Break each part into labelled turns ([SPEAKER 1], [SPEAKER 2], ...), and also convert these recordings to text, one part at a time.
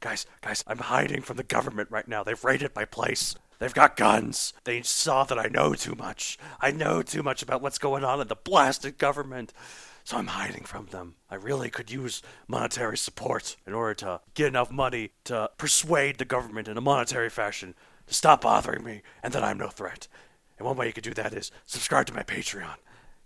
[SPEAKER 1] guys, guys, I'm hiding from the government right now. They've raided my place. They've got guns. They saw that I know too much. I know too much about what's going on in the blasted government. So I'm hiding from them. I really could use monetary support in order to get enough money to persuade the government in a monetary fashion to stop bothering me and that I'm no threat. And one way you could do that is subscribe to my Patreon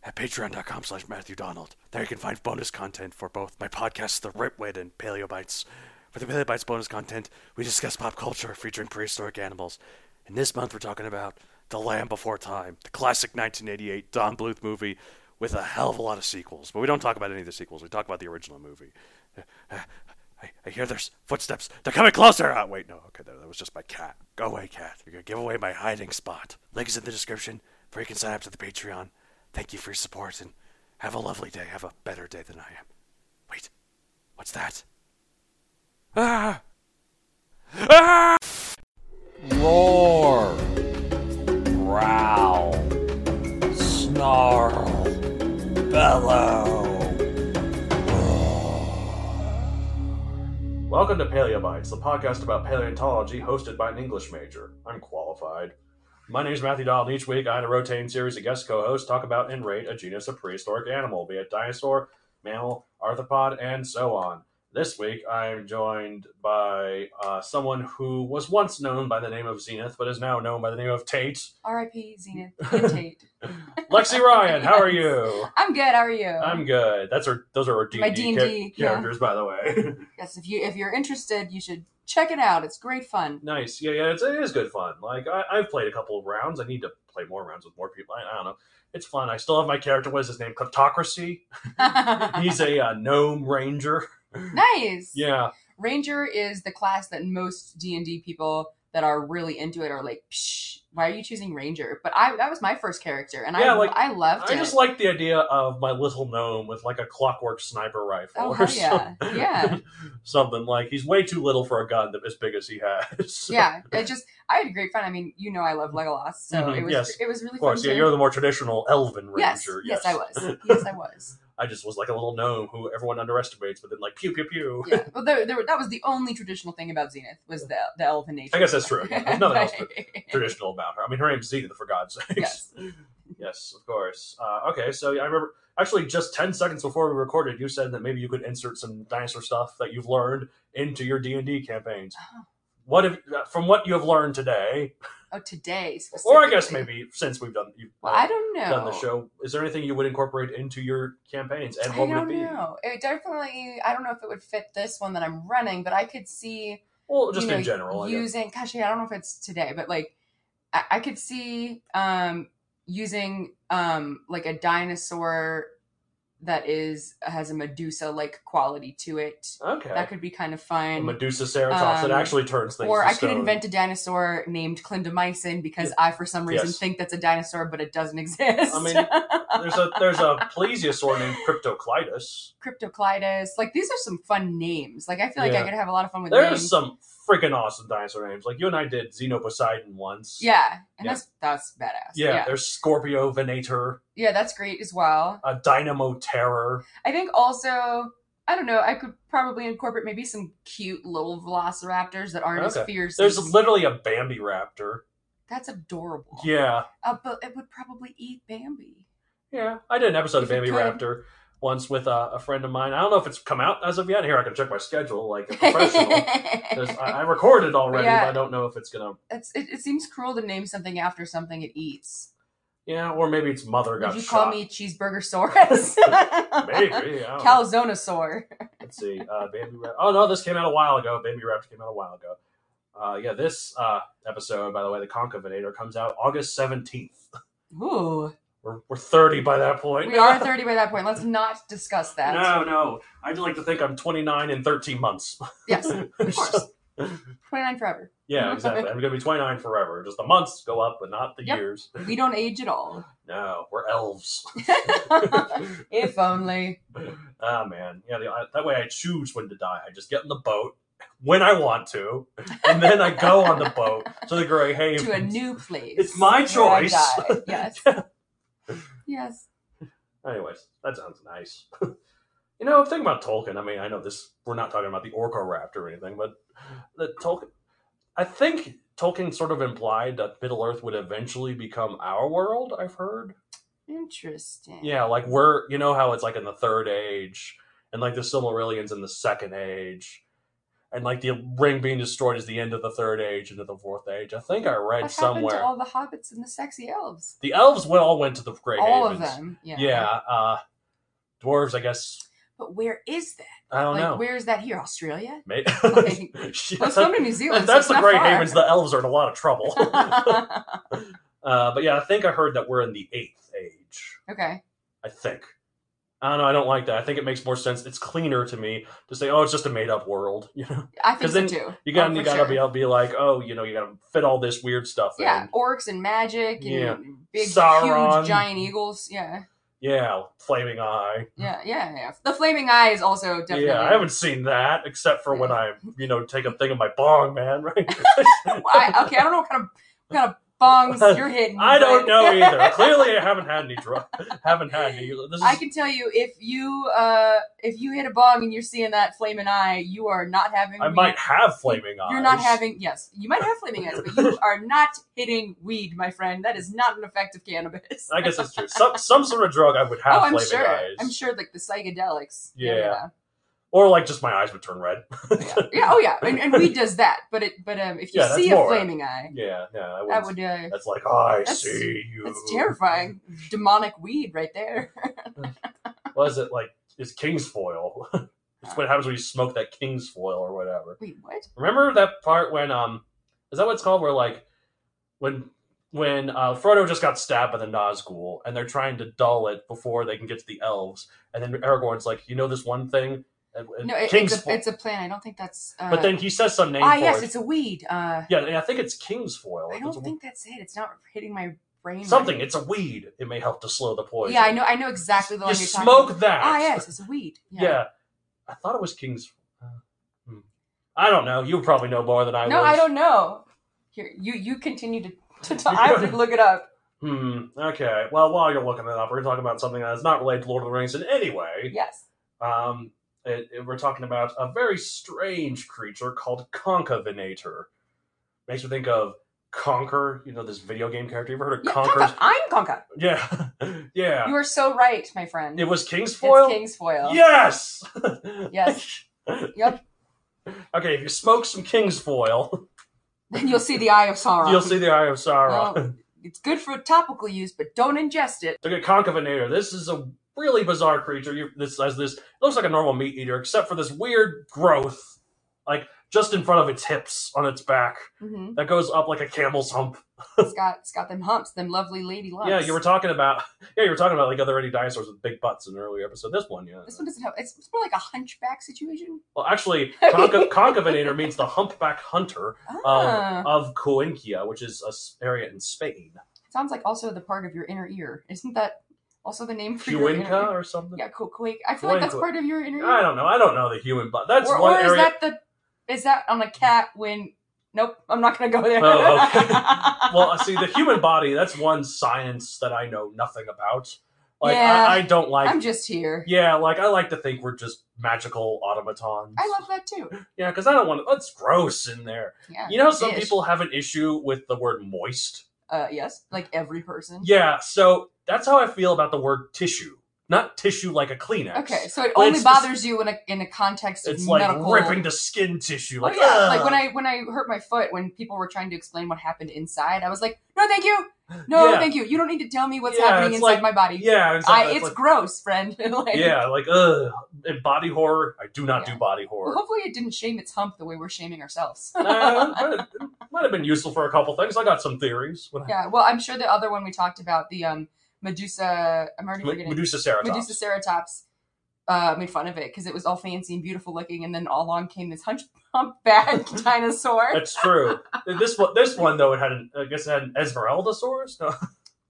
[SPEAKER 1] at patreon.com slash Matthew Donald. There you can find bonus content for both my podcasts, The Ripwit and Paleo Bites. For the Paleo Bites bonus content, we discuss pop culture featuring prehistoric animals. And this month we're talking about The Lamb Before Time, the classic 1988 Don Bluth movie with a hell of a lot of sequels. But we don't talk about any of the sequels. We talk about the original movie. I, I hear there's footsteps. They're coming closer. Oh, wait, no. Okay, that, that was just my cat. Go away, cat. You're going to give away my hiding spot. Link is in the description where you can sign up to the Patreon. Thank you for your support and have a lovely day. Have a better day than I am. Wait, what's that? Ah! Ah!
[SPEAKER 2] Roar. Growl. Snarl. Bellow.
[SPEAKER 1] Welcome to Paleobites, the podcast about paleontology hosted by an English major. I'm qualified. My name is Matthew Dahl, and each week I, in a rotating series of guest co hosts, talk about and rate a genus of prehistoric animal, be it dinosaur, mammal, arthropod, and so on. This week I'm joined by uh, someone who was once known by the name of Zenith, but is now known by the name of Tate.
[SPEAKER 3] R.I.P. Zenith and Tate.
[SPEAKER 1] Lexi Ryan, how are you?
[SPEAKER 3] I'm good. How are you?
[SPEAKER 1] I'm good. That's our those are our D&D,
[SPEAKER 3] My D&D, yeah.
[SPEAKER 1] characters, by the way.
[SPEAKER 3] yes. If you if you're interested, you should check it out. It's great fun.
[SPEAKER 1] nice. Yeah, yeah, it's, it is good fun. Like I, I've played a couple of rounds. I need to play more rounds with more people. I, I don't know. It's fun. I still have my character. What is his name? Kleptocracy.
[SPEAKER 3] nice.
[SPEAKER 1] He's a uh, gnome ranger. Yeah.
[SPEAKER 3] Ranger is the class that most D and D people that are really into it are like, Psh, why are you choosing Ranger? But I that was my first character, and
[SPEAKER 1] Yeah,
[SPEAKER 3] I
[SPEAKER 1] like,
[SPEAKER 3] I loved
[SPEAKER 1] I
[SPEAKER 3] it.
[SPEAKER 1] just like the idea of my little gnome with like a clockwork sniper rifle
[SPEAKER 3] Oh,
[SPEAKER 1] or
[SPEAKER 3] hell yeah.
[SPEAKER 1] something.
[SPEAKER 3] Yeah.
[SPEAKER 1] something like he's way too little for a gun that as big as he has.
[SPEAKER 3] yeah, it just I had great fun. I mean, you know, I love Legolas, so
[SPEAKER 1] Mhm,
[SPEAKER 3] it was
[SPEAKER 1] yes.
[SPEAKER 3] it was really
[SPEAKER 1] Of course,
[SPEAKER 3] fun.
[SPEAKER 1] yeah,
[SPEAKER 3] to-
[SPEAKER 1] you're the more traditional elven
[SPEAKER 3] yes,
[SPEAKER 1] ranger.
[SPEAKER 3] yes, I was. Yes, I was.
[SPEAKER 1] I just was like a little gnome who everyone underestimates, but then like pew pew pew.
[SPEAKER 3] Yeah, well, there, there, were- that was the only traditional thing about Zenith was the the elven nature.
[SPEAKER 1] I guess that's true. Yeah, there's nothing else but
[SPEAKER 3] Right.
[SPEAKER 1] traditional about her. I mean, her name's Zenith, for God's sakes.
[SPEAKER 3] Yes.
[SPEAKER 1] Yes, of course. Uh, okay, so yeah, I remember actually just ten seconds before we recorded, you said that maybe you could insert some dinosaur stuff that you've learned into your D and D campaigns.
[SPEAKER 3] Oh.
[SPEAKER 1] What if, from what you have learned today,
[SPEAKER 3] Oh, today
[SPEAKER 1] or I guess
[SPEAKER 3] specifically.
[SPEAKER 1] maybe since we've done you've
[SPEAKER 3] Well,
[SPEAKER 1] uh,
[SPEAKER 3] I don't know.
[SPEAKER 1] done the show, is there anything you would incorporate into your campaigns, and
[SPEAKER 3] I
[SPEAKER 1] what would
[SPEAKER 3] don't
[SPEAKER 1] it be?
[SPEAKER 3] know. It definitely. I don't know if it would fit this one that I'm running, but I could see
[SPEAKER 1] Well,
[SPEAKER 3] you
[SPEAKER 1] just
[SPEAKER 3] know,
[SPEAKER 1] in general, I guess.
[SPEAKER 3] using. Gosh, yeah, I don't know if it's today, but like I, I could see um using um like a dinosaur that is has a Medusa like quality to it.
[SPEAKER 1] Okay.
[SPEAKER 3] That could be kind of
[SPEAKER 1] A
[SPEAKER 3] fun.
[SPEAKER 1] Medusa Ceratops that
[SPEAKER 3] um,
[SPEAKER 1] actually turns things.
[SPEAKER 3] or
[SPEAKER 1] to
[SPEAKER 3] I could
[SPEAKER 1] stone.
[SPEAKER 3] invent a dinosaur named Clindamycin because I, for some reason,
[SPEAKER 1] Yes.
[SPEAKER 3] think that's a dinosaur, but it doesn't exist.
[SPEAKER 1] I mean, there's a there's a plesiosaur named Cryptoclytus.
[SPEAKER 3] Cryptoclytus. Like these are some fun names. Like I feel like
[SPEAKER 1] Yeah.
[SPEAKER 3] I could have a lot of fun with
[SPEAKER 1] There's
[SPEAKER 3] names.
[SPEAKER 1] some freaking awesome dinosaur names. Like you and I did Xenoposeidon once.
[SPEAKER 3] yeah, and
[SPEAKER 1] Yeah.
[SPEAKER 3] that's that's badass.
[SPEAKER 1] Yeah,
[SPEAKER 3] yeah,
[SPEAKER 1] there's Scorpio Venator,
[SPEAKER 3] Yeah, that's great as well.
[SPEAKER 1] a Dynamo Terror.
[SPEAKER 3] I think also. I don't know. I could probably incorporate maybe some cute little velociraptors that aren't as
[SPEAKER 1] Okay.
[SPEAKER 3] fierce.
[SPEAKER 1] There's
[SPEAKER 3] as-
[SPEAKER 1] literally a Bambi Raptor.
[SPEAKER 3] that's adorable.
[SPEAKER 1] Yeah.
[SPEAKER 3] Uh, but it would probably eat Bambi.
[SPEAKER 1] Yeah. I did an episode of
[SPEAKER 3] If it
[SPEAKER 1] Bambi
[SPEAKER 3] could.
[SPEAKER 1] Raptor once with uh, a friend of mine. I don't know if it's come out as of yet. Here, I can check my schedule like a professional. 'Cause I, I recorded already,
[SPEAKER 3] Yeah.
[SPEAKER 1] but I don't know if it's going to.
[SPEAKER 3] it's, it, it seems cruel to name something after something it eats.
[SPEAKER 1] Yeah, or maybe its mother
[SPEAKER 3] Would
[SPEAKER 1] got
[SPEAKER 3] you
[SPEAKER 1] shot.
[SPEAKER 3] call me Cheeseburgersaurus?
[SPEAKER 1] Maybe. I don't know.
[SPEAKER 3] Calzonosaur.
[SPEAKER 1] Let's see. Uh, Bambi Raptor. Oh, no, this came out a while ago. Bambi Raptor came out a while ago. Uh, yeah, this uh, episode, by the way, The Concavinator, comes out August 17th.
[SPEAKER 3] Ooh.
[SPEAKER 1] We're, we're 30 by that point.
[SPEAKER 3] We are 30 by that point. Let's not discuss that.
[SPEAKER 1] No, no. I'd like to think I'm 29 in 13 months.
[SPEAKER 3] Yes, of course. 29 forever.
[SPEAKER 1] yeah, exactly. I'm going to be 29 forever. Just the months go up, but not the
[SPEAKER 3] Yep.
[SPEAKER 1] years.
[SPEAKER 3] We don't age at all.
[SPEAKER 1] No, we're elves.
[SPEAKER 3] if only.
[SPEAKER 1] Ah, man. Yeah, the, I, that way I choose when to die. I just get in the boat when I want to, and then I go on the boat to the Grey Havens.
[SPEAKER 3] To a new place.
[SPEAKER 1] It's my
[SPEAKER 3] where I
[SPEAKER 1] choice.
[SPEAKER 3] die. Yes. yes.
[SPEAKER 1] Anyways, that sounds nice. You know, think about Tolkien. I mean, I know this. We're not talking about the Orca Raptor or anything, but the Tolkien. I think Tolkien sort of implied that Middle Earth would eventually become our world. I've heard.
[SPEAKER 3] Interesting.
[SPEAKER 1] Yeah, like we're you know how it's like in the Third Age, and like the Silmarillion's in the Second Age, and like the ring being destroyed is the end of the Third Age into the Fourth Age. I think I read
[SPEAKER 3] What happened
[SPEAKER 1] somewhere
[SPEAKER 3] to all the hobbits and the sexy elves?
[SPEAKER 1] the elves went all went to the Great
[SPEAKER 3] all
[SPEAKER 1] Havens.
[SPEAKER 3] of them. Yeah.
[SPEAKER 1] Yeah, uh, dwarves. I guess
[SPEAKER 3] But where is that?
[SPEAKER 1] I don't
[SPEAKER 3] like,
[SPEAKER 1] know.
[SPEAKER 3] where is that here? Australia?
[SPEAKER 1] May-
[SPEAKER 3] Like,
[SPEAKER 1] Shit.
[SPEAKER 3] Let's go to New Zealand.
[SPEAKER 1] if that's
[SPEAKER 3] so
[SPEAKER 1] the
[SPEAKER 3] it's
[SPEAKER 1] Great
[SPEAKER 3] not far.
[SPEAKER 1] Havens, the elves are in a lot of trouble. uh, but yeah, I think I heard that we're in the Eighth Age.
[SPEAKER 3] okay.
[SPEAKER 1] I think. I don't know. I don't like that. I think it makes more sense. It's cleaner to me to say, "Oh, it's just a made-up world." You know,
[SPEAKER 3] I think
[SPEAKER 1] 'Cause
[SPEAKER 3] so
[SPEAKER 1] then
[SPEAKER 3] too.
[SPEAKER 1] you
[SPEAKER 3] Oh,
[SPEAKER 1] got to
[SPEAKER 3] for
[SPEAKER 1] you got to
[SPEAKER 3] sure.
[SPEAKER 1] be able to be like, "Oh, you know, you got to fit all this weird stuff
[SPEAKER 3] Yeah,
[SPEAKER 1] in."
[SPEAKER 3] orcs and magic and
[SPEAKER 1] Yeah.
[SPEAKER 3] big,
[SPEAKER 1] Sauron.
[SPEAKER 3] huge, giant eagles. Yeah,
[SPEAKER 1] Yeah, flaming eye.
[SPEAKER 3] yeah, yeah, yeah. The flaming eye is also definitely.
[SPEAKER 1] Yeah, I haven't seen that except for when I, you know, take a thing of my bong, man. Right?
[SPEAKER 3] I- okay, I don't know what kind of what kind of bongs you're hitting.
[SPEAKER 1] I don't
[SPEAKER 3] but-
[SPEAKER 1] know either. Clearly, I haven't had any drug. Haven't had any. This is,
[SPEAKER 3] I can tell you if you uh if you hit a bong and you're seeing that flaming eye, you are not having.
[SPEAKER 1] I
[SPEAKER 3] weed.
[SPEAKER 1] might have flaming eyes.
[SPEAKER 3] You're not having. Yes, you might have flaming eyes, but you are not hitting weed, my friend. That is not an effective cannabis.
[SPEAKER 1] I guess that's true. Some some sort of drug I would have
[SPEAKER 3] oh, I'm
[SPEAKER 1] flaming
[SPEAKER 3] sure.
[SPEAKER 1] eyes,
[SPEAKER 3] I'm sure, like the psychedelics.
[SPEAKER 1] Yeah. or like just my eyes would turn red.
[SPEAKER 3] yeah, yeah. Oh, yeah. And, and weed does that, but it, but um, if you
[SPEAKER 1] Yeah, that's
[SPEAKER 3] see a
[SPEAKER 1] more.
[SPEAKER 3] flaming eye,
[SPEAKER 1] Yeah, yeah, I
[SPEAKER 3] that
[SPEAKER 1] wouldn't
[SPEAKER 3] would uh,
[SPEAKER 1] That's like, "Oh, I
[SPEAKER 3] That's-
[SPEAKER 1] see you.
[SPEAKER 3] that's terrifying. Demonic weed right there.
[SPEAKER 1] Was it like, it's Kingsfoil? it's what happens when you smoke that Kingsfoil or whatever.
[SPEAKER 3] Wait, what?
[SPEAKER 1] Remember that part when, um, is that what it's called? Where like, when when uh, Frodo just got stabbed by the Nazgul and they're trying to dull it before they can get to the elves, and then Aragorn's like, you know this one thing, And- and
[SPEAKER 3] No, it, it's,
[SPEAKER 1] Kingsfoil.
[SPEAKER 3] a, it's a plant. I don't think that's. Uh,
[SPEAKER 1] Uh, but then he says some name
[SPEAKER 3] ah,
[SPEAKER 1] for
[SPEAKER 3] yes,
[SPEAKER 1] it.
[SPEAKER 3] it's a weed. Uh,
[SPEAKER 1] Yeah, and I think it's Kingsfoil.
[SPEAKER 3] I
[SPEAKER 1] It's a-
[SPEAKER 3] don't think that's it. It's not hitting my brain.
[SPEAKER 1] something.
[SPEAKER 3] right
[SPEAKER 1] It's a weed. It may help to slow the
[SPEAKER 3] now.
[SPEAKER 1] poison.
[SPEAKER 3] Yeah, I know. I know exactly the
[SPEAKER 1] You
[SPEAKER 3] one you're talking.
[SPEAKER 1] smoke that.
[SPEAKER 3] Ah, yes, it's a weed.
[SPEAKER 1] Yeah. I thought it was King's. Uh, hmm. I don't know. You probably know more than I
[SPEAKER 3] no,
[SPEAKER 1] would.
[SPEAKER 3] I don't know. Here, you you continue to. to talk. I have to look it up.
[SPEAKER 1] Hmm. Okay. Well, while you're looking it up, we're going to talk about something that is not related to Lord of the Rings in any way.
[SPEAKER 3] Yes.
[SPEAKER 1] Um, it, it- we're talking about a very strange creature called Concavinator. Makes me think of Conquer. You know this video game character. You ever heard of
[SPEAKER 3] Yeah,
[SPEAKER 1] Conquer's?
[SPEAKER 3] Conker. I'm Conker.
[SPEAKER 1] Yeah. yeah.
[SPEAKER 3] You are so right, my friend.
[SPEAKER 1] It was King's
[SPEAKER 3] it's
[SPEAKER 1] Foil.
[SPEAKER 3] King's foil.
[SPEAKER 1] Yes.
[SPEAKER 3] Yes. Yep.
[SPEAKER 1] Okay. If you smoke some King's Foil,
[SPEAKER 3] Then you'll see the eye of Sauron.
[SPEAKER 1] you'll see the Eye of Sauron.
[SPEAKER 3] Well, it's good for topical use, but don't ingest it.
[SPEAKER 1] Look at Concavinator. This is a really bizarre creature. You, this has this. It looks like a normal meat eater, except for this weird growth, like just in front of its hips on its back,
[SPEAKER 3] hmm
[SPEAKER 1] that goes up like a camel's hump.
[SPEAKER 3] It's got it's got them humps, them lovely lady lumps.
[SPEAKER 1] Yeah, you were talking about. Yeah, you were talking about like other any dinosaurs with big butts in an earlier episode. This one, yeah.
[SPEAKER 3] this one doesn't have. It's, it's more like a hunchback situation.
[SPEAKER 1] Well, actually, Conca, Concavinator means the humpback hunter of
[SPEAKER 3] Ah,
[SPEAKER 1] of Coenkia, which is a s- area in Spain.
[SPEAKER 3] sounds like also the part of your inner ear. Isn't that also the name for your inner
[SPEAKER 1] Cuenca
[SPEAKER 3] ear?
[SPEAKER 1] or something.
[SPEAKER 3] Yeah, cool, quake. I feel like that's
[SPEAKER 1] Cuenca.
[SPEAKER 3] part of your inner ear.
[SPEAKER 1] I don't know. I don't know the human butt. That's
[SPEAKER 3] or
[SPEAKER 1] one
[SPEAKER 3] or
[SPEAKER 1] area.
[SPEAKER 3] is that the is that on a cat when? Nope, I'm not gonna go there.
[SPEAKER 1] Oh, okay. well, see, the human body, that's one science that I know nothing about. Like,
[SPEAKER 3] Yeah.
[SPEAKER 1] I, I don't like.
[SPEAKER 3] I'm just here.
[SPEAKER 1] yeah, like, I like to think we're just magical automatons.
[SPEAKER 3] I love that too.
[SPEAKER 1] yeah, because I don't want to. That's gross in there.
[SPEAKER 3] Yeah.
[SPEAKER 1] You know, how some
[SPEAKER 3] Ish.
[SPEAKER 1] people have an issue with the word moist.
[SPEAKER 3] Uh, yes, like every person.
[SPEAKER 1] Yeah, so that's how I feel about the word tissue. Not tissue like a Kleenex.
[SPEAKER 3] Okay, so it
[SPEAKER 1] But
[SPEAKER 3] only
[SPEAKER 1] it's-
[SPEAKER 3] bothers you in a in a context of
[SPEAKER 1] It's like
[SPEAKER 3] medical.
[SPEAKER 1] ripping the skin tissue.
[SPEAKER 3] Oh,
[SPEAKER 1] Like,
[SPEAKER 3] yeah, like
[SPEAKER 1] "Ugh."
[SPEAKER 3] when I when I hurt my foot when people were trying to explain what happened inside, I was like, no, thank you, no,
[SPEAKER 1] Yeah.
[SPEAKER 3] thank you. You don't need to tell me what's
[SPEAKER 1] Yeah,
[SPEAKER 3] happening
[SPEAKER 1] it's
[SPEAKER 3] inside
[SPEAKER 1] like-
[SPEAKER 3] my body.
[SPEAKER 1] Yeah,
[SPEAKER 3] I,
[SPEAKER 1] exactly.
[SPEAKER 3] it's
[SPEAKER 1] like,
[SPEAKER 3] gross, friend. like,
[SPEAKER 1] yeah, like, ugh. And body horror, I do not
[SPEAKER 3] Yeah.
[SPEAKER 1] do body
[SPEAKER 3] Well,
[SPEAKER 1] horror.
[SPEAKER 3] hopefully, it didn't shame its hump the way we're shaming ourselves.
[SPEAKER 1] Uh, might have- might have been useful for a couple things. I got some theories. When I,
[SPEAKER 3] yeah. Well, I'm sure the other one we talked about, the um Medusa. I'm already
[SPEAKER 1] M-
[SPEAKER 3] forgetting.
[SPEAKER 1] Medusa Ceratops.
[SPEAKER 3] Medusa Ceratops uh, made fun of it because it was all fancy and beautiful looking, and then all along came this hunch humpback dinosaur.
[SPEAKER 1] That's true. this one, this one though, it had an, I guess it had an Esmeralda source. No,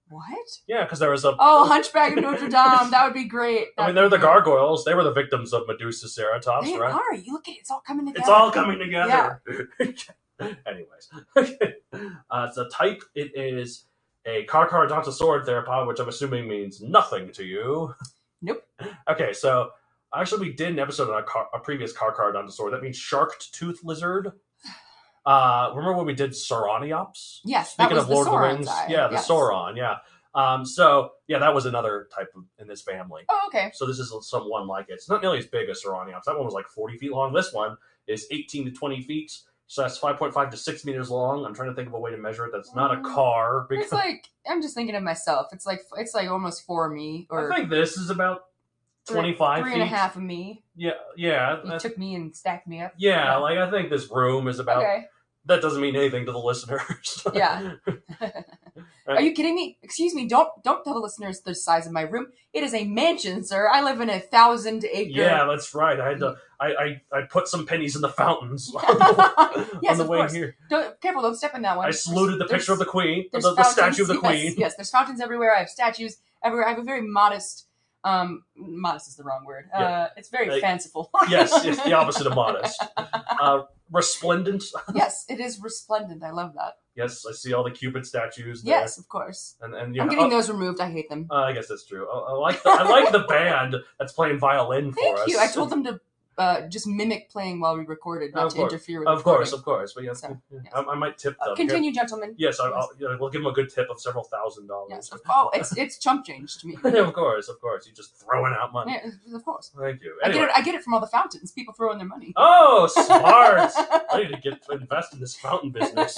[SPEAKER 3] What?
[SPEAKER 1] yeah, because there was a.
[SPEAKER 3] Oh, Hunchback of Notre Dame. That would be great.
[SPEAKER 1] I mean,
[SPEAKER 3] That
[SPEAKER 1] they're
[SPEAKER 3] would
[SPEAKER 1] the
[SPEAKER 3] be great.
[SPEAKER 1] gargoyles. They were the victims of Medusa Ceratops,
[SPEAKER 3] They
[SPEAKER 1] right?
[SPEAKER 3] are. You look at it. It's all coming together.
[SPEAKER 1] It's all coming together. Anyways, uh, it's a type. It is a Carcharodontosaur theropod, which I'm assuming means nothing to you.
[SPEAKER 3] Nope.
[SPEAKER 1] Okay, so Actually, we did an episode on a, car, a previous car card dinosaur. That means sharked tooth lizard. Uh, remember when we did Sauroniops?
[SPEAKER 3] Yes,
[SPEAKER 1] Speaking
[SPEAKER 3] that
[SPEAKER 1] of Lord
[SPEAKER 3] was the
[SPEAKER 1] of the
[SPEAKER 3] Sauron's
[SPEAKER 1] Rings,
[SPEAKER 3] eye.
[SPEAKER 1] yeah, the
[SPEAKER 3] yes.
[SPEAKER 1] Sauron, yeah. Um, so yeah, that was another type of, in this family.
[SPEAKER 3] Oh, okay.
[SPEAKER 1] So this is someone like it. It's not nearly as big as Sauroniops. That one was like 40 feet long. This one is 18 to 20 feet. So that's 5.5 to 6 meters long. I'm trying to think of a way to measure it. That's not a
[SPEAKER 3] Mm.
[SPEAKER 1] car.
[SPEAKER 3] It's like I'm just thinking of myself. It's like it's like almost for me or
[SPEAKER 1] I think this is about
[SPEAKER 3] Three-
[SPEAKER 1] 25
[SPEAKER 3] three
[SPEAKER 1] feet.
[SPEAKER 3] and a half of me.
[SPEAKER 1] Yeah, yeah.
[SPEAKER 3] You
[SPEAKER 1] that-
[SPEAKER 3] took me and stacked me up.
[SPEAKER 1] yeah, like I think this room is about.
[SPEAKER 3] Okay.
[SPEAKER 1] That doesn't mean anything to the listeners.
[SPEAKER 3] Yeah. Are you kidding me? Excuse me. Don't don't tell the listeners the size of my room. It is a mansion, sir. I live in a thousand acre.
[SPEAKER 1] yeah, that's right. I had to. I, I, I put some pennies in the fountains on the,
[SPEAKER 3] yes,
[SPEAKER 1] on the
[SPEAKER 3] of
[SPEAKER 1] way
[SPEAKER 3] course.
[SPEAKER 1] here.
[SPEAKER 3] Don't, careful, don't step in that one.
[SPEAKER 1] I saluted the
[SPEAKER 3] There's-
[SPEAKER 1] picture of the queen, the,
[SPEAKER 3] there's
[SPEAKER 1] the statue of the
[SPEAKER 3] fountains.
[SPEAKER 1] queen.
[SPEAKER 3] Yes, yes, there's fountains everywhere. I have statues everywhere. I have a very modest, um, modest is the wrong word. Uh,
[SPEAKER 1] Yeah.
[SPEAKER 3] it's very
[SPEAKER 1] Like-
[SPEAKER 3] fanciful.
[SPEAKER 1] yes, it's the opposite of modest. Uh, resplendent.
[SPEAKER 3] yes, it is resplendent. I love that.
[SPEAKER 1] Yes, I see all the Cupid statues. There.
[SPEAKER 3] Yes, of course.
[SPEAKER 1] and and you
[SPEAKER 3] I'm
[SPEAKER 1] know, oh,
[SPEAKER 3] getting those removed. I hate them.
[SPEAKER 1] uh, I guess that's true. I, I like the, I like the band that's playing violin for
[SPEAKER 3] Thank
[SPEAKER 1] us.
[SPEAKER 3] you. I told them to uh, just mimic playing while we recorded, not
[SPEAKER 1] Of
[SPEAKER 3] to
[SPEAKER 1] course.
[SPEAKER 3] interfere with.
[SPEAKER 1] Of course,
[SPEAKER 3] recording.
[SPEAKER 1] of course. But yes,
[SPEAKER 3] So, yes.
[SPEAKER 1] I, I might tip
[SPEAKER 3] Uh,
[SPEAKER 1] them.
[SPEAKER 3] continue, gentlemen.
[SPEAKER 1] Yes, I, I'll, yeah, we'll give them a good tip of several thousand
[SPEAKER 3] Yes.
[SPEAKER 1] dollars.
[SPEAKER 3] of- Oh, it's it's chump change to me.
[SPEAKER 1] of course, of course. You're just throwing out money.
[SPEAKER 3] Yeah, of course.
[SPEAKER 1] Thank you.
[SPEAKER 3] I
[SPEAKER 1] Anyway.
[SPEAKER 3] get it. I get it from all the fountains. People throw in their money.
[SPEAKER 1] Oh, smart! I need to get to invest in this fountain business.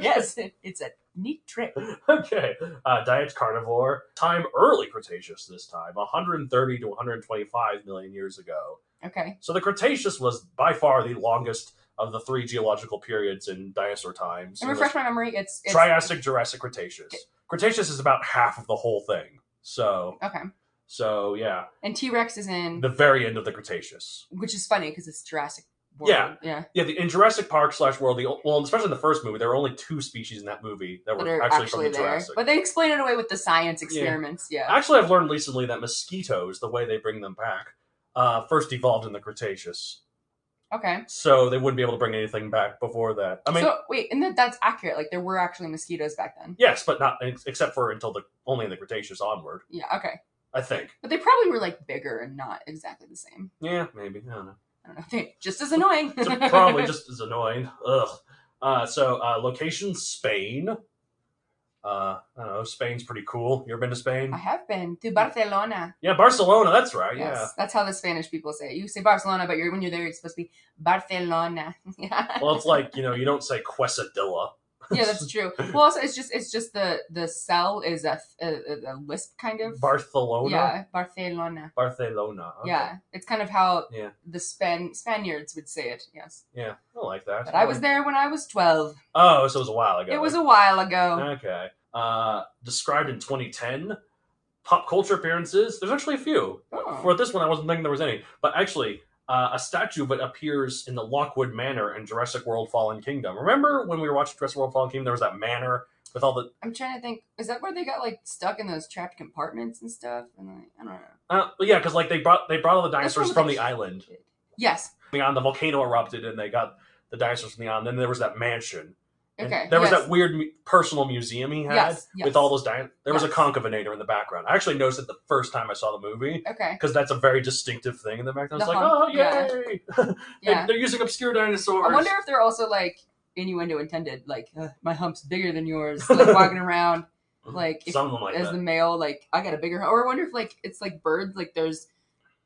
[SPEAKER 3] yes, it's a neat trick.
[SPEAKER 1] okay. Uh, diet's carnivore. Time early Cretaceous this time, 130 to 125 million years ago.
[SPEAKER 3] Okay.
[SPEAKER 1] So the Cretaceous was by far the longest of the three geological periods in dinosaur times.
[SPEAKER 3] And
[SPEAKER 1] It was
[SPEAKER 3] refresh my memory. It's, it's
[SPEAKER 1] Triassic, Jurassic, Cretaceous. Cretaceous is about half of the whole thing. So,
[SPEAKER 3] Okay.
[SPEAKER 1] so yeah,
[SPEAKER 3] And T Rex is in,
[SPEAKER 1] the very end of the Cretaceous.
[SPEAKER 3] which is funny because it's Jurassic World.
[SPEAKER 1] Yeah.
[SPEAKER 3] Yeah.
[SPEAKER 1] Yeah, the, in Jurassic Park slash World, the, well, especially in the first movie, there were only two species in that movie that were
[SPEAKER 3] That are
[SPEAKER 1] actually,
[SPEAKER 3] actually,
[SPEAKER 1] from the
[SPEAKER 3] there.
[SPEAKER 1] Jurassic.
[SPEAKER 3] But they explain it away with the science experiments. Yeah.
[SPEAKER 1] Actually, I've learned recently that mosquitoes, the way they bring them back, uh, first evolved in the Cretaceous,
[SPEAKER 3] Okay.
[SPEAKER 1] so they wouldn't be able to bring anything back before that. I mean,
[SPEAKER 3] so wait, and that, that's accurate. Like there were actually mosquitoes back then.
[SPEAKER 1] yes, but not ex- except for until the only in the Cretaceous onward,
[SPEAKER 3] Yeah. Okay.
[SPEAKER 1] I think.
[SPEAKER 3] But they probably were like bigger and not exactly the same.
[SPEAKER 1] Yeah, maybe I don't know.
[SPEAKER 3] I don't know. They- Just as annoying.
[SPEAKER 1] It's probably just as annoying. Ugh. Uh, so uh, location Spain. Uh, I don't know. Spain's pretty cool. You ever been to Spain?
[SPEAKER 3] I have been to Barcelona.
[SPEAKER 1] Yeah, Barcelona. That's right.
[SPEAKER 3] Yes, that's how the Spanish people say it. You say Barcelona, but you're when you're there, it's supposed to be Barcelona. yeah,
[SPEAKER 1] Yeah. Well, it's like you know, you don't say Quesadilla.
[SPEAKER 3] yeah, that's true. Well, also, it's just it's just the the cell is a a, a lisp kind of.
[SPEAKER 1] Barcelona.
[SPEAKER 3] Yeah, Barcelona.
[SPEAKER 1] Barcelona. okay.
[SPEAKER 3] Yeah, it's kind of how
[SPEAKER 1] Yeah.
[SPEAKER 3] the Span Spaniards would say it. Yes,
[SPEAKER 1] Yeah. I like that.
[SPEAKER 3] but I was there when I was twelve.
[SPEAKER 1] Oh, so it was a while ago.
[SPEAKER 3] It was a while ago.
[SPEAKER 1] Okay. Uh, described in 2010. Pop culture appearances. There's actually a few.
[SPEAKER 3] Oh.
[SPEAKER 1] For this one, I wasn't thinking there was any, but actually, uh, a statue of it appears in the Lockwood Manor in Jurassic World: Fallen Kingdom. Remember when we were watching Jurassic World: Fallen Kingdom? There was that manor with all the.
[SPEAKER 3] I'm trying to think. Is that where they got like stuck in those trapped compartments and stuff? And like, I don't know.
[SPEAKER 1] Uh, well, yeah, because like they brought they brought all the
[SPEAKER 3] That's
[SPEAKER 1] dinosaurs
[SPEAKER 3] what
[SPEAKER 1] from
[SPEAKER 3] they-
[SPEAKER 1] the island.
[SPEAKER 3] Yes.
[SPEAKER 1] The island, the volcano erupted, and they got the dinosaurs from the island. Then there was that mansion. And
[SPEAKER 3] Okay.
[SPEAKER 1] There was
[SPEAKER 3] yes.
[SPEAKER 1] that weird mu- personal museum he had
[SPEAKER 3] Yes, yes.
[SPEAKER 1] with all those dinosaurs. There was a
[SPEAKER 3] Yes.
[SPEAKER 1] concavinator in the background. I actually noticed it the first time I saw the movie
[SPEAKER 3] Okay.
[SPEAKER 1] because that's a very distinctive thing in the background. It's
[SPEAKER 3] The
[SPEAKER 1] like,
[SPEAKER 3] hunk, yeah.
[SPEAKER 1] oh, yay!
[SPEAKER 3] Yeah.
[SPEAKER 1] They- They're using obscure dinosaurs.
[SPEAKER 3] I wonder if they're also like innuendo intended, like "Ugh, my hump's bigger than yours, like walking around like, if-
[SPEAKER 1] something like
[SPEAKER 3] as
[SPEAKER 1] that.
[SPEAKER 3] the male, like I got a bigger hump. Or I wonder if like it's like birds, like there's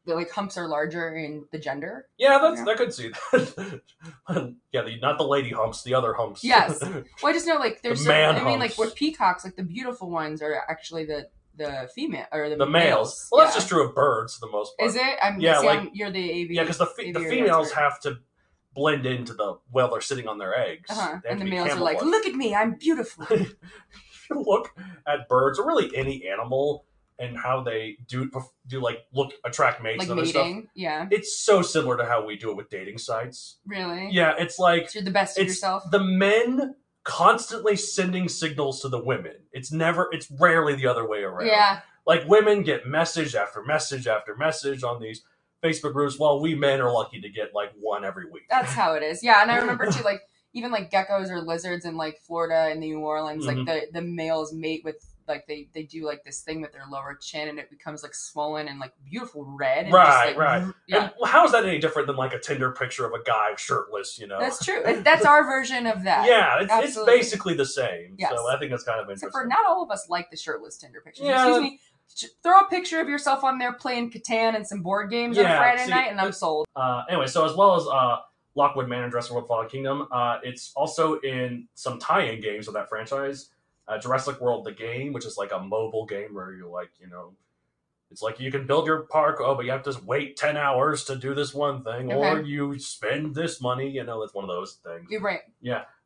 [SPEAKER 3] the like humps are larger in the gender.
[SPEAKER 1] yeah, that's
[SPEAKER 3] Yeah.
[SPEAKER 1] I could see that. yeah, the, not the lady humps, the other humps.
[SPEAKER 3] Yes. Well, I just know like there's
[SPEAKER 1] The
[SPEAKER 3] certain,
[SPEAKER 1] man
[SPEAKER 3] I mean like
[SPEAKER 1] humps.
[SPEAKER 3] with peacocks, like the beautiful ones are actually the the female or the,
[SPEAKER 1] the males. Well, that's just true of birds for the most part.
[SPEAKER 3] Is it? I'm
[SPEAKER 1] Yeah,
[SPEAKER 3] see,
[SPEAKER 1] like-
[SPEAKER 3] I'm- you're the AV.
[SPEAKER 1] Yeah, because the, fe- the
[SPEAKER 3] Maybe you're
[SPEAKER 1] females
[SPEAKER 3] right.
[SPEAKER 1] have to blend into the well they're sitting on their eggs.
[SPEAKER 3] uh-huh.
[SPEAKER 1] They have
[SPEAKER 3] and
[SPEAKER 1] to
[SPEAKER 3] the
[SPEAKER 1] be
[SPEAKER 3] males are like,
[SPEAKER 1] camouflaged.
[SPEAKER 3] look at me, I'm beautiful.
[SPEAKER 1] if you look at birds or really any animal and how they do do like look attract mates
[SPEAKER 3] like
[SPEAKER 1] and other stuff,
[SPEAKER 3] mating, yeah,
[SPEAKER 1] it's so similar to how we do it with dating sites.
[SPEAKER 3] really.
[SPEAKER 1] Yeah, it's like
[SPEAKER 3] So you're the best of
[SPEAKER 1] it's
[SPEAKER 3] yourself.
[SPEAKER 1] the men constantly sending signals to the women. It's never it's rarely the other way around.
[SPEAKER 3] Yeah,
[SPEAKER 1] Like women get message after message after message on these Facebook groups while we men are lucky to get like one every week.
[SPEAKER 3] That's how it is. Yeah, and I remember too, like even like geckos or lizards in like Florida and New Orleans,
[SPEAKER 1] Mhm.
[SPEAKER 3] like the the males mate with like they they do like this thing with their lower chin and it becomes like swollen and like beautiful red and just,
[SPEAKER 1] Right,
[SPEAKER 3] like,
[SPEAKER 1] right.
[SPEAKER 3] yeah
[SPEAKER 1] And how is that any different than like a Tinder picture of a guy shirtless? You know.
[SPEAKER 3] that's true That's- that's our version of that
[SPEAKER 1] yeah, it's, it's
[SPEAKER 3] Absolutely.
[SPEAKER 1] basically the same.
[SPEAKER 3] Yes.
[SPEAKER 1] So I think that's kind of interesting.
[SPEAKER 3] except for not all of us like the shirtless tinder pictures
[SPEAKER 1] Yeah,
[SPEAKER 3] excuse
[SPEAKER 1] that's-
[SPEAKER 3] me Sh- throw a picture of yourself on there playing Catan and some board games on a
[SPEAKER 1] Yeah,
[SPEAKER 3] Friday
[SPEAKER 1] see,
[SPEAKER 3] night, and I'm
[SPEAKER 1] that's-
[SPEAKER 3] sold.
[SPEAKER 1] Uh, anyway, so as well as uh, Lockwood Manor, Jurassic World Fallen Kingdom, uh, it's also in some tie-in games of that franchise. Uh, Jurassic World: The Game, which is like a mobile game where you like, you know, it's like you can build your park. Oh, but you have to wait ten hours to do this one thing, or
[SPEAKER 3] Okay.
[SPEAKER 1] you spend this money. You know, it's one of those things.
[SPEAKER 3] You're right.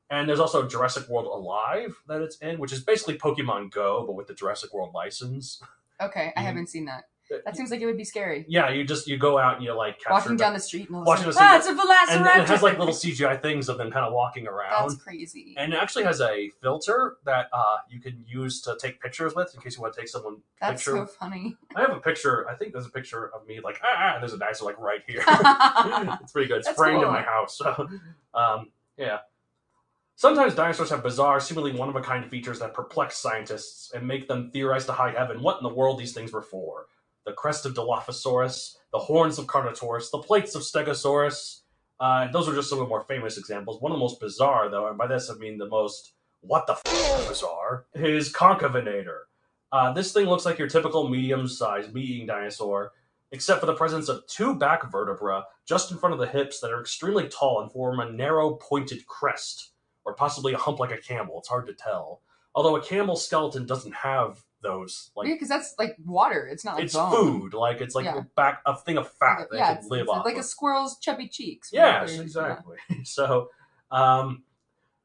[SPEAKER 1] And there's also Jurassic World Alive that it's in, which is basically Pokemon Go, but with the Jurassic World license.
[SPEAKER 3] Okay, I
[SPEAKER 1] Mhm.
[SPEAKER 3] haven't seen that. That seems like it would be scary.
[SPEAKER 1] yeah, you just you go out and you like capture
[SPEAKER 3] Walking
[SPEAKER 1] the-
[SPEAKER 3] down the street and all
[SPEAKER 1] Walking
[SPEAKER 3] of a
[SPEAKER 1] down the
[SPEAKER 3] sudden, ah, it's a
[SPEAKER 1] and,
[SPEAKER 3] velociraptor.
[SPEAKER 1] and it has like little CGI things of them kind of walking around.
[SPEAKER 3] That's crazy.
[SPEAKER 1] and it actually has a filter that uh, you can use to take pictures with in case you want to take someone
[SPEAKER 3] That's
[SPEAKER 1] picture.
[SPEAKER 3] so funny.
[SPEAKER 1] I have a picture. I think there's a picture of me like ah, ah and there's a dinosaur like right here.
[SPEAKER 3] That's
[SPEAKER 1] it's pretty good. It's
[SPEAKER 3] That's
[SPEAKER 1] framed
[SPEAKER 3] cool.
[SPEAKER 1] in my house. So, um, yeah. Sometimes dinosaurs have bizarre, seemingly one of a kind features that perplex scientists and make them theorize to high heaven what in the world these things were for. The crest of Dilophosaurus, the horns of Carnotaurus, the plates of Stegosaurus. Uh, those are just some of the more famous examples. One of the most bizarre, though, and by this I mean the most what the f bizarre, is Concavinator. Uh, this thing looks like your typical medium sized meat eating dinosaur, except for the presence of two back vertebrae just in front of the hips that are extremely tall and form a narrow pointed crest, or possibly a hump like a camel. It's hard to tell. Although a camel skeleton doesn't have those, like
[SPEAKER 3] because that's like water. It's not like
[SPEAKER 1] it's
[SPEAKER 3] bone.
[SPEAKER 1] food, like it's like
[SPEAKER 3] Yeah.
[SPEAKER 1] a back a thing of fat that
[SPEAKER 3] yeah,
[SPEAKER 1] can
[SPEAKER 3] it's,
[SPEAKER 1] live
[SPEAKER 3] it's
[SPEAKER 1] off.
[SPEAKER 3] like a
[SPEAKER 1] of.
[SPEAKER 3] squirrel's chubby cheeks.
[SPEAKER 1] Yes,
[SPEAKER 3] Whatever.
[SPEAKER 1] exactly. So, um,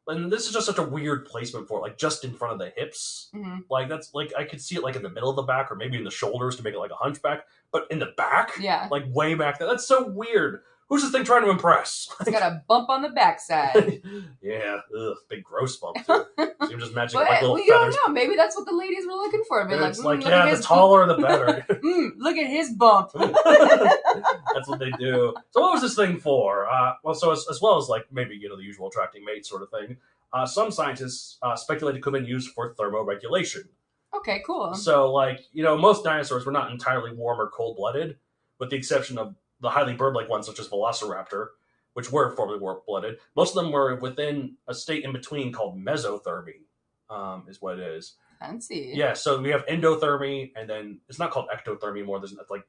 [SPEAKER 1] and this is just such a weird placement for it, like just in front of the hips.
[SPEAKER 3] Yeah. Mhm.
[SPEAKER 1] Like that's like I could see it like in the middle of the back or maybe in the shoulders to make it like a hunchback, but in the back,
[SPEAKER 3] Yeah.
[SPEAKER 1] like way back there. That's so weird. Who's this thing trying to impress?
[SPEAKER 3] It's got a bump on the backside.
[SPEAKER 1] yeah, ugh, big gross bump too. so you're just matching
[SPEAKER 3] But
[SPEAKER 1] up like
[SPEAKER 3] well,
[SPEAKER 1] little
[SPEAKER 3] you don't
[SPEAKER 1] feathers.
[SPEAKER 3] know. Maybe that's what the ladies were looking for. Be
[SPEAKER 1] And
[SPEAKER 3] like,
[SPEAKER 1] it's
[SPEAKER 3] mm,
[SPEAKER 1] like,
[SPEAKER 3] look at
[SPEAKER 1] yeah, the
[SPEAKER 3] his
[SPEAKER 1] taller the better.
[SPEAKER 3] bump. Mm, look at his bump.
[SPEAKER 1] That's what they do. So what was this thing for? Uh, well, so as, as well as like maybe you know the usual attracting mate sort of thing. Uh, some scientists uh, speculate it could have been used for thermoregulation.
[SPEAKER 3] Okay, cool.
[SPEAKER 1] So like you know most dinosaurs were not entirely warm or cold blooded, with the exception of the highly bird-like ones such as Velociraptor, which were formerly warm blooded. Most of them were within a state in between called mesothermy. Um, is what it is.
[SPEAKER 3] Fancy.
[SPEAKER 1] Yeah, so we have endothermy, and then it's not called ectothermy anymore. There's it's like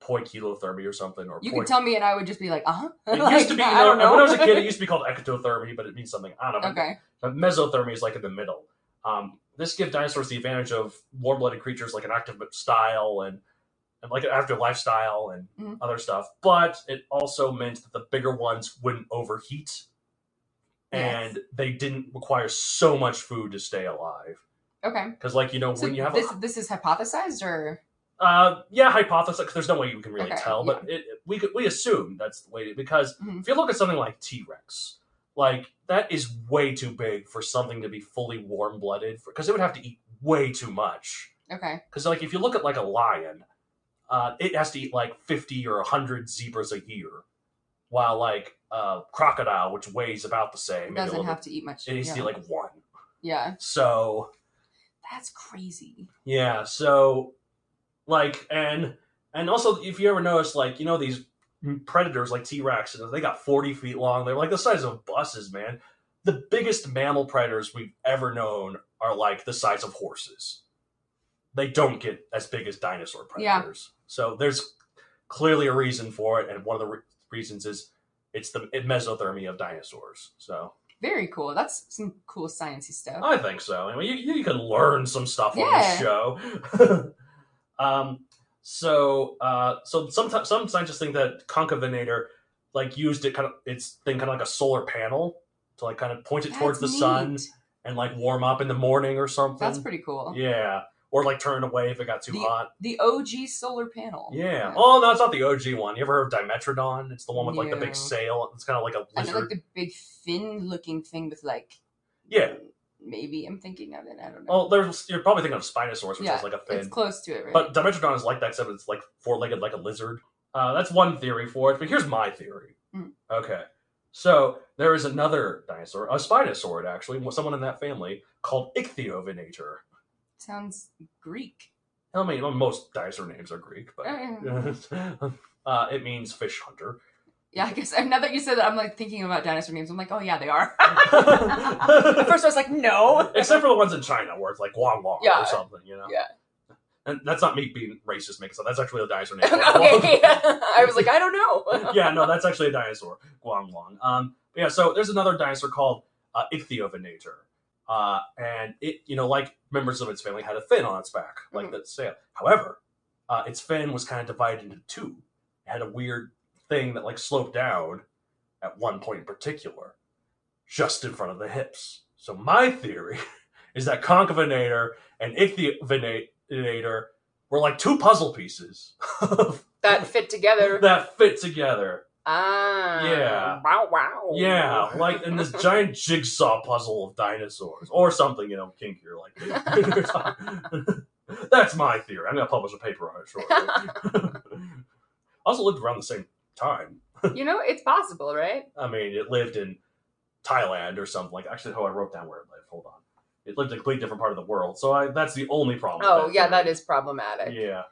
[SPEAKER 1] poikilothermy or something, or
[SPEAKER 3] You
[SPEAKER 1] poi-
[SPEAKER 3] could tell me, and I would just be like, uh huh.
[SPEAKER 1] It used to be you
[SPEAKER 3] I
[SPEAKER 1] know,
[SPEAKER 3] don't know.
[SPEAKER 1] when I was a kid, it used to be called ectothermy, but it means something I don't know.
[SPEAKER 3] okay.
[SPEAKER 1] But mesothermy is like in the middle. Um, this gives dinosaurs the advantage of warm-blooded creatures like an active style and and like an active lifestyle and
[SPEAKER 3] Mhm.
[SPEAKER 1] other stuff. But it also meant that the bigger ones wouldn't overheat,
[SPEAKER 3] Yes.
[SPEAKER 1] and they didn't require so much food to stay alive.
[SPEAKER 3] Okay.
[SPEAKER 1] Because like you know
[SPEAKER 3] So
[SPEAKER 1] when you have a
[SPEAKER 3] this, this is hypothesized, or
[SPEAKER 1] uh, yeah, hypothesis. Because there's no way you can really
[SPEAKER 3] Okay,
[SPEAKER 1] tell, but it, we could, we assume that's the way. Because
[SPEAKER 3] Mhm.
[SPEAKER 1] if you look at something like T Rex, like that is way too big for something to be fully warm blooded. Because it would have to eat way too much.
[SPEAKER 3] okay,
[SPEAKER 1] Because like if you look at like a lion, uh, it has to eat like fifty or hundred zebras a year, while like a crocodile, which weighs about the same, maybe a
[SPEAKER 3] doesn't
[SPEAKER 1] little-
[SPEAKER 3] have to eat much.
[SPEAKER 1] it needs
[SPEAKER 3] yeah.
[SPEAKER 1] to eat like one.
[SPEAKER 3] yeah,
[SPEAKER 1] So
[SPEAKER 3] that's crazy.
[SPEAKER 1] yeah, so like and and also if you ever notice like you know these predators like T-Rex and they got 40 feet long. They're like the size of buses, man. The biggest mammal predators we've ever known are like the size of horses. They don't get as big as dinosaur
[SPEAKER 3] Yeah.
[SPEAKER 1] predators. So there's clearly a reason for it and one of the re- reasons is it's the mesothermy of dinosaurs. So
[SPEAKER 3] Very cool. That's some cool sciencey stuff.
[SPEAKER 1] I think so. I mean, you, you can learn some stuff on
[SPEAKER 3] Yeah.
[SPEAKER 1] this show. um, so uh, so sometimes some scientists think that Concavinator like used it kind of its thing kind of like a solar panel to like kind of point it towards the
[SPEAKER 3] That's
[SPEAKER 1] sun
[SPEAKER 3] neat.
[SPEAKER 1] and like warm up in the morning or something.
[SPEAKER 3] That's pretty cool.
[SPEAKER 1] Yeah, or like turn it away if it got too
[SPEAKER 3] The-
[SPEAKER 1] hot.
[SPEAKER 3] The OG solar panel.
[SPEAKER 1] Yeah. Oh no, it's not the OG one. You ever heard of Dimetrodon? It's the one with like the
[SPEAKER 3] No.
[SPEAKER 1] big sail. It's kind of like a
[SPEAKER 3] and then,
[SPEAKER 1] lizard.
[SPEAKER 3] like the big fin-looking thing with like.
[SPEAKER 1] Yeah. Oh,
[SPEAKER 3] Maybe I'm thinking of it. I don't know.
[SPEAKER 1] Well, there's you're probably thinking of Spinosaurus, which
[SPEAKER 3] Yeah,
[SPEAKER 1] has like a fin.
[SPEAKER 3] it's close to it, right?
[SPEAKER 1] But Dimetrodon is like that, except it's like four legged like a lizard. Uh, that's one theory for it, but here's my theory.
[SPEAKER 3] Mm.
[SPEAKER 1] Okay. So there is another dinosaur, a spinosaurid actually, someone in that family, called Ichthyovinator.
[SPEAKER 3] sounds Greek.
[SPEAKER 1] I mean, well, most dinosaur names are Greek, but
[SPEAKER 3] Oh,
[SPEAKER 1] uh, it means fish hunter.
[SPEAKER 3] Yeah, I guess. Now that you said that, I'm like thinking about dinosaur names. I'm like, oh yeah, they are. At first, I was like, no.
[SPEAKER 1] Except for the ones in China where it's like Wong Wong
[SPEAKER 3] Yeah.
[SPEAKER 1] or something, you know?
[SPEAKER 3] Yeah.
[SPEAKER 1] And that's not me being racist, making stuff. That's actually a dinosaur name. Guang
[SPEAKER 3] okay. I was like, I don't know.
[SPEAKER 1] Long. yeah, no, that's actually a dinosaur, Guang Long. Um, yeah, so there's another dinosaur called uh, Ichthyovenator. Uh, and it, you know, like members of its family, had a fin on its back, like
[SPEAKER 3] Mhm.
[SPEAKER 1] that sail. However, uh, its fin was kind of divided into two. It had a weird thing that like sloped down at one point in particular, just in front of the hips. So my theory is that Conchovenator and Ichthyovenator were like two puzzle pieces
[SPEAKER 3] That fit together.
[SPEAKER 1] that fit together.
[SPEAKER 3] Ah.
[SPEAKER 1] Yeah.
[SPEAKER 3] Wow. Wow.
[SPEAKER 1] Yeah, like in this giant jigsaw puzzle of dinosaurs or something, you know, kinkier like That's my theory. I'm gonna publish a paper on it shortly. also lived around the same time.
[SPEAKER 3] you know, it's possible, right?
[SPEAKER 1] I mean, it lived in Thailand or something. Like actually, how I wrote down where it lived. Hold on, it lived in a completely different part of the world. So I, that's the only problem. with
[SPEAKER 3] Oh yeah,
[SPEAKER 1] theory.
[SPEAKER 3] that is problematic.
[SPEAKER 1] Yeah,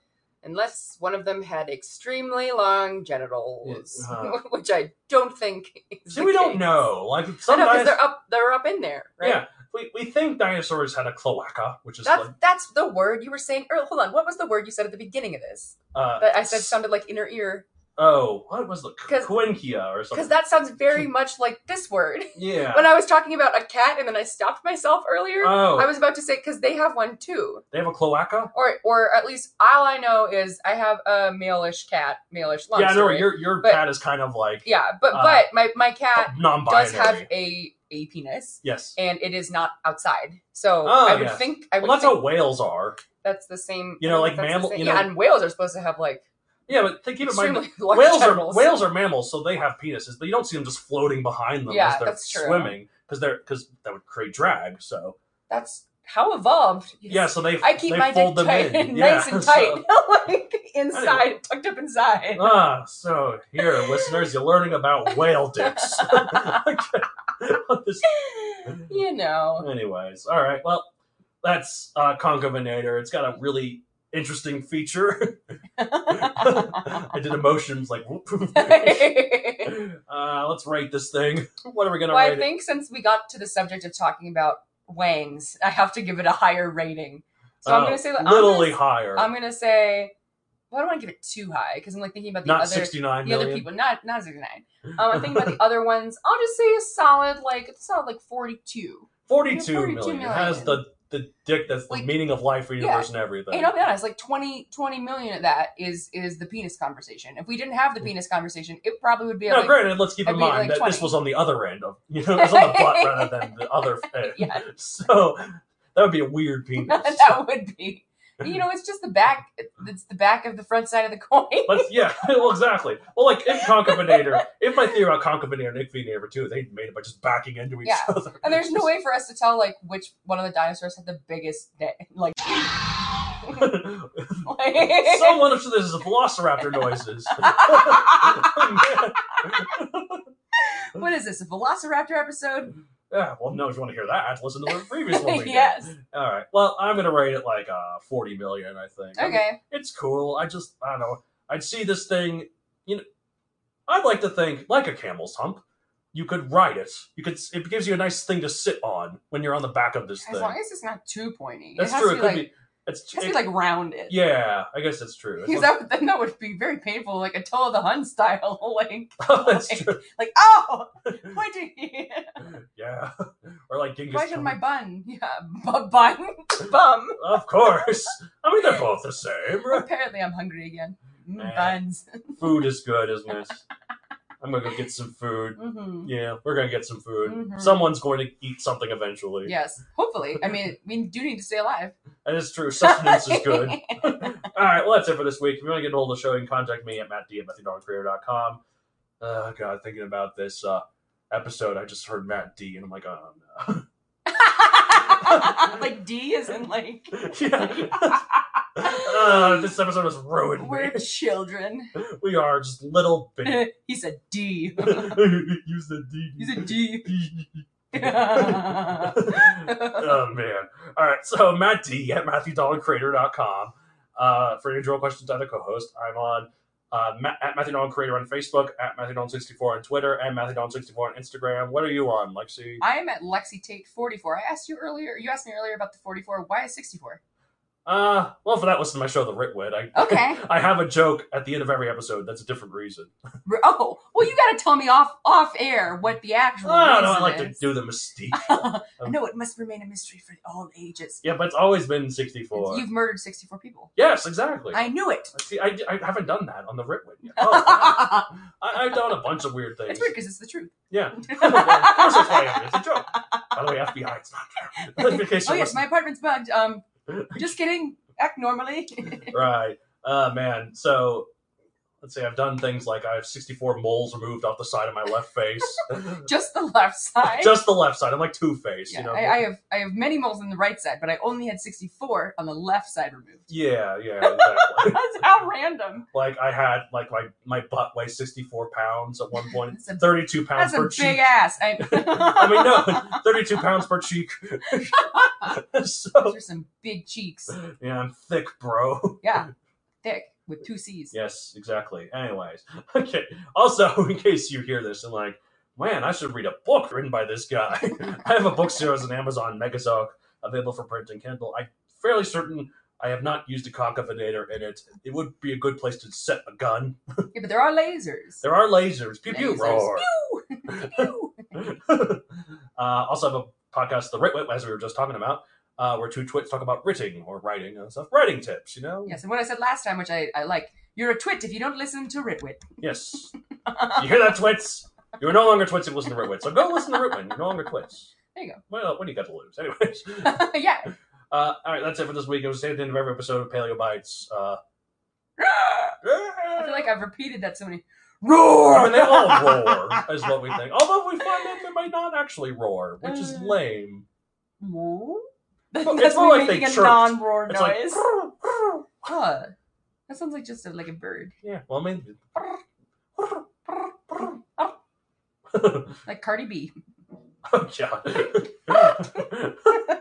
[SPEAKER 3] Unless one of them had extremely long genitals,
[SPEAKER 1] Yeah, uh-huh.
[SPEAKER 3] which I don't think. Is
[SPEAKER 1] see,
[SPEAKER 3] the
[SPEAKER 1] we don't
[SPEAKER 3] case.
[SPEAKER 1] know. Like
[SPEAKER 3] I
[SPEAKER 1] some
[SPEAKER 3] know
[SPEAKER 1] dinosaurs,
[SPEAKER 3] because they're up. They're up in there, right?
[SPEAKER 1] yeah, we, we think dinosaurs had a cloaca, which is
[SPEAKER 3] That's
[SPEAKER 1] like
[SPEAKER 3] that's the word you were saying. Or hold on, what was the word you said at the beginning of this?
[SPEAKER 1] uh,
[SPEAKER 3] That I said sounded like inner ear
[SPEAKER 1] Oh, what was the
[SPEAKER 3] 'Cause-
[SPEAKER 1] Cuenkia or something?
[SPEAKER 3] because that sounds very much like this word.
[SPEAKER 1] yeah.
[SPEAKER 3] When I was talking about a cat, and then I stopped myself earlier.
[SPEAKER 1] oh,
[SPEAKER 3] I was about to say because they have one too,
[SPEAKER 1] they have a cloaca.
[SPEAKER 3] or or at least all I know is I have a maleish cat, maleish. Long
[SPEAKER 1] yeah, no,
[SPEAKER 3] story.
[SPEAKER 1] your your
[SPEAKER 3] But-
[SPEAKER 1] cat is kind of like
[SPEAKER 3] Yeah, but
[SPEAKER 1] Uh,
[SPEAKER 3] but my my cat
[SPEAKER 1] non-binary.
[SPEAKER 3] does have a a penis,
[SPEAKER 1] yes.
[SPEAKER 3] and it is not outside. So
[SPEAKER 1] Oh,
[SPEAKER 3] I would
[SPEAKER 1] yes.
[SPEAKER 3] think I would
[SPEAKER 1] Well, that's
[SPEAKER 3] think
[SPEAKER 1] how whales are.
[SPEAKER 3] that's the same.
[SPEAKER 1] You know,
[SPEAKER 3] I think
[SPEAKER 1] like
[SPEAKER 3] that's the
[SPEAKER 1] mammal-
[SPEAKER 3] same-
[SPEAKER 1] you
[SPEAKER 3] yeah,
[SPEAKER 1] know-
[SPEAKER 3] and whales are supposed to have like
[SPEAKER 1] Yeah, but think keep in mind,
[SPEAKER 3] extremely large
[SPEAKER 1] whales are
[SPEAKER 3] genitals.
[SPEAKER 1] whales are mammals, so they have penises, but you don't see them just floating behind them
[SPEAKER 3] Yeah,
[SPEAKER 1] as they're
[SPEAKER 3] that's true.
[SPEAKER 1] swimming because they're because that would create drag. So
[SPEAKER 3] That's how evolved.
[SPEAKER 1] yeah, so they
[SPEAKER 3] I keep
[SPEAKER 1] they
[SPEAKER 3] my dick
[SPEAKER 1] fold them
[SPEAKER 3] tight,
[SPEAKER 1] in, yeah,
[SPEAKER 3] nice and
[SPEAKER 1] so-
[SPEAKER 3] tight, like inside, tucked up inside.
[SPEAKER 1] Ah, so here, listeners, you're learning about whale dicks. This- Oh.
[SPEAKER 3] you know,
[SPEAKER 1] Anyways, all right. Well, that's uh, Concovenator. It's got a really interesting feature. I did emotions like. whoop. uh, let's rate this thing. What are we gonna
[SPEAKER 3] well, I
[SPEAKER 1] rate?
[SPEAKER 3] think since we got to the subject of talking about wangs, I have to give it a higher rating. So I'm
[SPEAKER 1] Oh,
[SPEAKER 3] gonna say like, I'm
[SPEAKER 1] literally
[SPEAKER 3] gonna-
[SPEAKER 1] higher.
[SPEAKER 3] I'm gonna say. Well, I don't want to give it too high because I'm like thinking about the
[SPEAKER 1] not
[SPEAKER 3] other
[SPEAKER 1] sixty nine
[SPEAKER 3] the
[SPEAKER 1] million.
[SPEAKER 3] other people. Not not sixty nine. Um, I'm thinking about the other ones. I'll just say a solid like it's solid like forty two.
[SPEAKER 1] 42
[SPEAKER 3] Yeah, 42
[SPEAKER 1] million. It
[SPEAKER 3] million.
[SPEAKER 1] has the the dick that's the
[SPEAKER 3] Like-
[SPEAKER 1] meaning of life, universe, and
[SPEAKER 3] And
[SPEAKER 1] everything.
[SPEAKER 3] I'll be honest, like 20, 20 million of that is is the penis conversation. If we didn't have the penis conversation, it probably would be
[SPEAKER 1] Mm. no,
[SPEAKER 3] like
[SPEAKER 1] granted, let's keep
[SPEAKER 3] I
[SPEAKER 1] in
[SPEAKER 3] mean,
[SPEAKER 1] mind
[SPEAKER 3] like
[SPEAKER 1] that this
[SPEAKER 3] 20.
[SPEAKER 1] was on the other end of you know, it was on the butt rather than the other end.
[SPEAKER 3] yeah,
[SPEAKER 1] So that would be a weird penis.
[SPEAKER 3] that would be. You know, it's just the back. It's the back of the front side of the coin.
[SPEAKER 1] Let's, yeah, well, exactly. Well, like if Concominator, if my theory about Concominator and Ichthyovenator too, they made it by just backing into each
[SPEAKER 3] Yeah.
[SPEAKER 1] other.
[SPEAKER 3] and there's no way for us to tell like which one of the dinosaurs had the biggest neck. Like, like-
[SPEAKER 1] Someone up to this is a velociraptor noises.
[SPEAKER 3] what is this? A Velociraptor episode?
[SPEAKER 1] yeah, well, no, if you want to hear that, listen to the previous one. We did.
[SPEAKER 3] yes.
[SPEAKER 1] All right. Well, I'm gonna rate it like uh 40 million. I think. I mean,
[SPEAKER 3] Okay.
[SPEAKER 1] it's cool. I just I don't know. I'd see this thing, you know. I'd like to think like a camel's hump. You could ride it. You could. It gives you a nice thing to sit on when you're on the back of this
[SPEAKER 3] As
[SPEAKER 1] thing.
[SPEAKER 3] long as it's not too pointy.
[SPEAKER 1] That's
[SPEAKER 3] it has
[SPEAKER 1] true. It
[SPEAKER 3] To be,
[SPEAKER 1] could
[SPEAKER 3] like,
[SPEAKER 1] be. It's
[SPEAKER 3] It has to be like rounded.
[SPEAKER 1] yeah. I guess that's true. It's
[SPEAKER 3] Because
[SPEAKER 1] like-
[SPEAKER 3] that, would- then that would be very painful, like a toe of the Hun style, like
[SPEAKER 1] that's true.
[SPEAKER 3] like oh, pointy.
[SPEAKER 1] Yeah. Or like Genghis
[SPEAKER 3] Why should my
[SPEAKER 1] Khan.
[SPEAKER 3] bun? Yeah, bu- bun, bum.
[SPEAKER 1] Of course. I mean, they're both the same. right?
[SPEAKER 3] Apparently, I'm hungry again. Mm,
[SPEAKER 1] Man.
[SPEAKER 3] buns.
[SPEAKER 1] food is good, isn't it? I'm gonna go get some food.
[SPEAKER 3] hmm
[SPEAKER 1] Yeah, we're gonna get some food.
[SPEAKER 3] Mhm.
[SPEAKER 1] Someone's going to eat something eventually.
[SPEAKER 3] Yes, hopefully. I mean, we do need to stay alive.
[SPEAKER 1] That is true. Sustenance is good. All right, well, that's it for this week. If you want to get a hold of the show, you can contact me at mattd at methodologcreator.com. Oh, God, thinking about this uh, episode, I just heard Matt D, and I'm like, oh, no.
[SPEAKER 3] like D is in like
[SPEAKER 1] yeah. Uh, this episode has ruined
[SPEAKER 3] we're
[SPEAKER 1] me.
[SPEAKER 3] children.
[SPEAKER 1] We are just little bitty.
[SPEAKER 3] He's a D.
[SPEAKER 1] Use the D.
[SPEAKER 3] He's a D.
[SPEAKER 1] D. oh man. All right. So Matt D at MatthewDollandCreator.com. Uh, for any drill questions to other co-host, I'm on uh, Ma- at Matthew Dolan Creator on Facebook, at Matthew Dolan 64 on Twitter, and Matthew Dolan 64 on Instagram. What are you on, Lexi?
[SPEAKER 3] I am at Lexi Tate 44. I asked you earlier, you asked me earlier about the 44. Why is 64?
[SPEAKER 1] Uh, well, for that, listen to my show, The Ritwit. I,
[SPEAKER 3] Okay.
[SPEAKER 1] I have a joke at the end of every episode that's a different reason.
[SPEAKER 3] R- Oh, well, you got to tell me off off air what the actual
[SPEAKER 1] I don't know, I
[SPEAKER 3] reason
[SPEAKER 1] like to
[SPEAKER 3] is.
[SPEAKER 1] do the mystique.
[SPEAKER 3] I know it must remain a mystery for all ages.
[SPEAKER 1] yeah, but it's always been 64.
[SPEAKER 3] You've murdered 64 people.
[SPEAKER 1] Yes, exactly.
[SPEAKER 3] I knew it.
[SPEAKER 1] See, I, I haven't done that on The Ritwit yet. Oh, wow. I, I've done a bunch of weird things.
[SPEAKER 3] it's weird because it's the truth.
[SPEAKER 1] Yeah. of course it's funny. It's a joke. By the way, FBI, it's not true. In case
[SPEAKER 3] oh
[SPEAKER 1] you're
[SPEAKER 3] yes,
[SPEAKER 1] listening.
[SPEAKER 3] my apartment's bugged. Um, just kidding. Act normally.
[SPEAKER 1] Right. Oh, man. So, let's see. I've done things like I have 64 moles removed off the side of my left face.
[SPEAKER 3] just the left side.
[SPEAKER 1] Just the left side. I'm like Two-Face,
[SPEAKER 3] yeah,
[SPEAKER 1] you know?
[SPEAKER 3] I, I have I have many moles on the right side, but I only had 64 on the left side removed.
[SPEAKER 1] yeah, yeah, exactly.
[SPEAKER 3] That's how random.
[SPEAKER 1] like, I had, like, my, my butt weighs 64 pounds at one point.
[SPEAKER 3] That's a-
[SPEAKER 1] 32 pounds
[SPEAKER 3] That's a
[SPEAKER 1] per
[SPEAKER 3] big
[SPEAKER 1] cheek.
[SPEAKER 3] ass. I,
[SPEAKER 1] I mean, no, 32 pounds per cheek. so,
[SPEAKER 3] Those are some big cheeks.
[SPEAKER 1] yeah, I'm thick, bro.
[SPEAKER 3] Yeah, thick with two C's.
[SPEAKER 1] Yes, exactly. Anyways, okay. Also, in case you hear this and like, man, I should read a book written by this guy. I have a book series on Amazon Megazog available for print and Kindle. I'm fairly certain I have not used a cockavinator in it. It would be a good place to set a gun.
[SPEAKER 3] Yeah, but there are lasers.
[SPEAKER 1] There are lasers. Pew pew
[SPEAKER 3] Lasers.
[SPEAKER 1] roar.
[SPEAKER 3] Pew! Pew!
[SPEAKER 1] uh, also have a podcast, The Writ Wit, as we were just talking about, uh, where two twits talk about writing or writing and stuff. Writing tips, you know?
[SPEAKER 3] yes, and what I said last time, which I, I like, you're a twit if you don't listen to Ritwit.
[SPEAKER 1] Yes. You hear that, Twits? You're no longer Twits if you listen to Ritwit. So go listen to Ritwit. You're no longer Twits.
[SPEAKER 3] There you go.
[SPEAKER 1] Well, what do you got to lose? Anyways.
[SPEAKER 3] yeah.
[SPEAKER 1] Uh, all right, that's it for this week. It was at the end of every episode of Paleo Bites. Uh,
[SPEAKER 3] I feel like I've repeated that so many.
[SPEAKER 1] I
[SPEAKER 3] Roar!
[SPEAKER 1] mean, they all roar, is what we think. Although we find out they might not actually roar, which is
[SPEAKER 3] Uh,
[SPEAKER 1] lame.
[SPEAKER 3] Roar?
[SPEAKER 1] Well, it's
[SPEAKER 3] That's
[SPEAKER 1] more
[SPEAKER 3] me
[SPEAKER 1] like they
[SPEAKER 3] making a
[SPEAKER 1] chirped.
[SPEAKER 3] non-roar
[SPEAKER 1] It's like,
[SPEAKER 3] noise. Huh. That sounds like just a, like a bird,
[SPEAKER 1] yeah, well, I mean,
[SPEAKER 3] like Cardi B.
[SPEAKER 1] oh, yeah.